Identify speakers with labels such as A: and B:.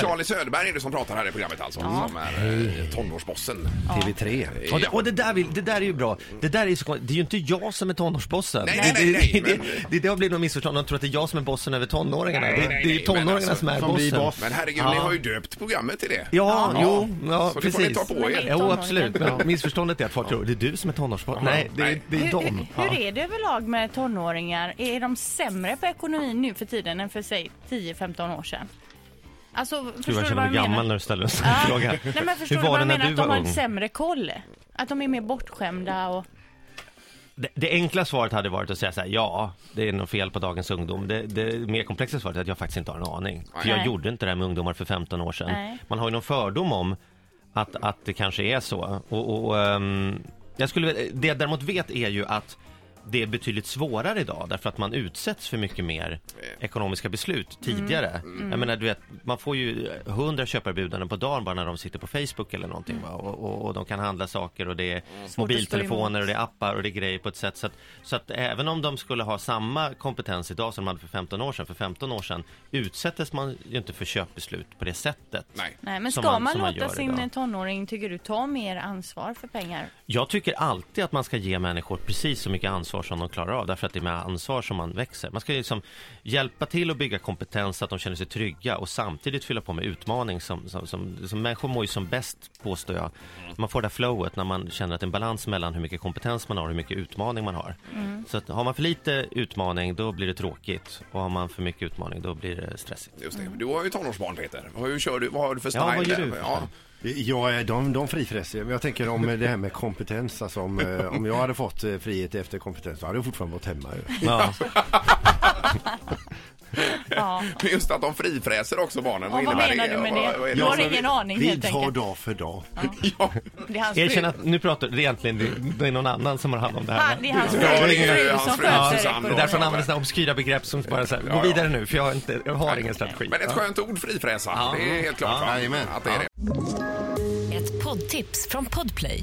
A: Charlie Söderberg är det som pratar här i programmet alltså. Som är eh, tonårsbossen.
B: TV3. Och det, och det, där, vill, det där är ju bra. Det där är ju så konstigt. Det är ju inte jag som är tonårsbossen.
A: Nej,
B: det,
A: nej,
B: det,
A: nej,
B: det,
A: men-
B: det, det, har blivit något missförstånd. De tror att det är jag som är bossen över tonåringarna.
A: Nej, nej,
B: det, det är
A: nej,
B: ju tonåringarna
A: men alltså,
B: som är
C: som blir
B: bossen.
C: boss.
A: Men herregud, ni har ju döpt programmet till det.
B: Ja,
A: Ja.
B: jo, ja,
A: Så det
B: precis.
A: får ni ta på er.
B: Jo,
D: Tonåringar.
B: absolut. Men missförståndet är att folk tror det är du som är tonårsboss. Nej, det är,
A: nej.
B: det är
D: Hur,
B: de.
D: hur är det överlag med tonåringar? Är de sämre på ekonomin nu för tiden än för sig 10-15 år sedan? Alltså, förstår
B: Gud,
D: du
B: jag
D: vad
B: känner
D: jag
B: mig gammal när
D: menar?
B: du ställer en sån
D: Ja.
B: fråga.
D: Nej, men förstår
B: Hur
D: du
B: var
D: vad
B: det
D: jag
B: när
D: menar?
B: du
D: Att
B: var
D: de har en
B: ung?
D: sämre koll. Att de är mer bortskämda och...
B: Det, det enkla svaret hade varit att säga så här, ja, det är något fel på dagens ungdom. Det, det mer komplexa svaret är att jag faktiskt inte har en aning. För jag
D: Nej.
B: gjorde inte det här med ungdomar för 15 år sedan.
D: Nej.
B: Man har ju någon fördom om att, att det kanske är så. Och, och, ehm, jag skulle, väl- det jag däremot vet är ju att det är betydligt svårare idag därför att man utsätts för mycket mer ekonomiska beslut
D: Mm.
B: tidigare. Jag menar, du vet, man får ju hundra köparbjudanden på dagen bara när de sitter på Facebook eller någonting.
D: Mm.
B: Va? Och, och, och de kan handla saker och det är
D: stå
B: mobiltelefoner
D: emot.
B: och det är appar och det är grejer på ett sätt. Så att, så att även om de skulle ha samma kompetens idag som de hade för 15 år sedan, för 15 år sedan utsättes man ju inte för köpbeslut på det sättet.
A: Nej.
D: Nej, men
B: Som
D: ska
B: man-
D: man,
B: som man
D: låta
B: gör
D: sin
B: idag.
D: tonåring, tycker du, ta mer ansvar för pengar?
B: Jag tycker alltid att man ska ge människor precis så mycket ansvar som de klarar av därför att det är med ansvar som man växer. Man ska ju liksom hjälpa till att bygga kompetens så att de känner sig trygga och samtidigt fylla på med utmaning som, som, som, som människor mår ju som bäst påstår jag. Man får det där flowet när man känner att det är en balans mellan hur mycket kompetens man har och hur mycket utmaning man har. Så att har man för lite utmaning då blir det tråkigt och har man för mycket utmaning då blir det stressigt.
A: Just det. Du har ju tonårsbarn Peter. Vad- Hur kör du? Vad har du för style?
B: Ja, vad gör
A: där?
B: du?
A: Ja.
C: Ja, eh, de, de frifräser. Men Jag tänker om eh, det här med kompetens. Alltså om, eh, om jag hade fått eh, frihet efter kompetens så hade jag fortfarande varit hemma. ju.
B: Ja.
D: Ja.
A: Men Just att de frifräser också barnen.
D: Och vad
A: innebär
D: menar du med
A: Vad-
D: det?
A: vad är
D: Jag har
A: som-
D: ingen aning,
C: Vi
D: helt
C: tar
D: enkelt.
C: dag för dag.
A: Ja.
D: Det är hans
B: Erkänn
D: fru.
B: att nu pratar det är egentligen det är någon annan som har hand om det här.
D: Ah, det är hans
A: Ja, det är
D: fru
A: ju hans
D: som
A: fru,
D: sköter
A: Susanne.
B: Det är därför han
D: ekonomin.
B: använder sådana obskyra begrepp som bara så här,
A: Ja, ja.
B: gå vidare nu för jag har, inte, jag har ingen strategi.
A: Men ett skönt ord, frifräsa.
B: Ja.
A: Det är helt klart
B: Ja,
A: va?
C: jajamän.
A: att det är det.
E: Ett poddtips från Podplay.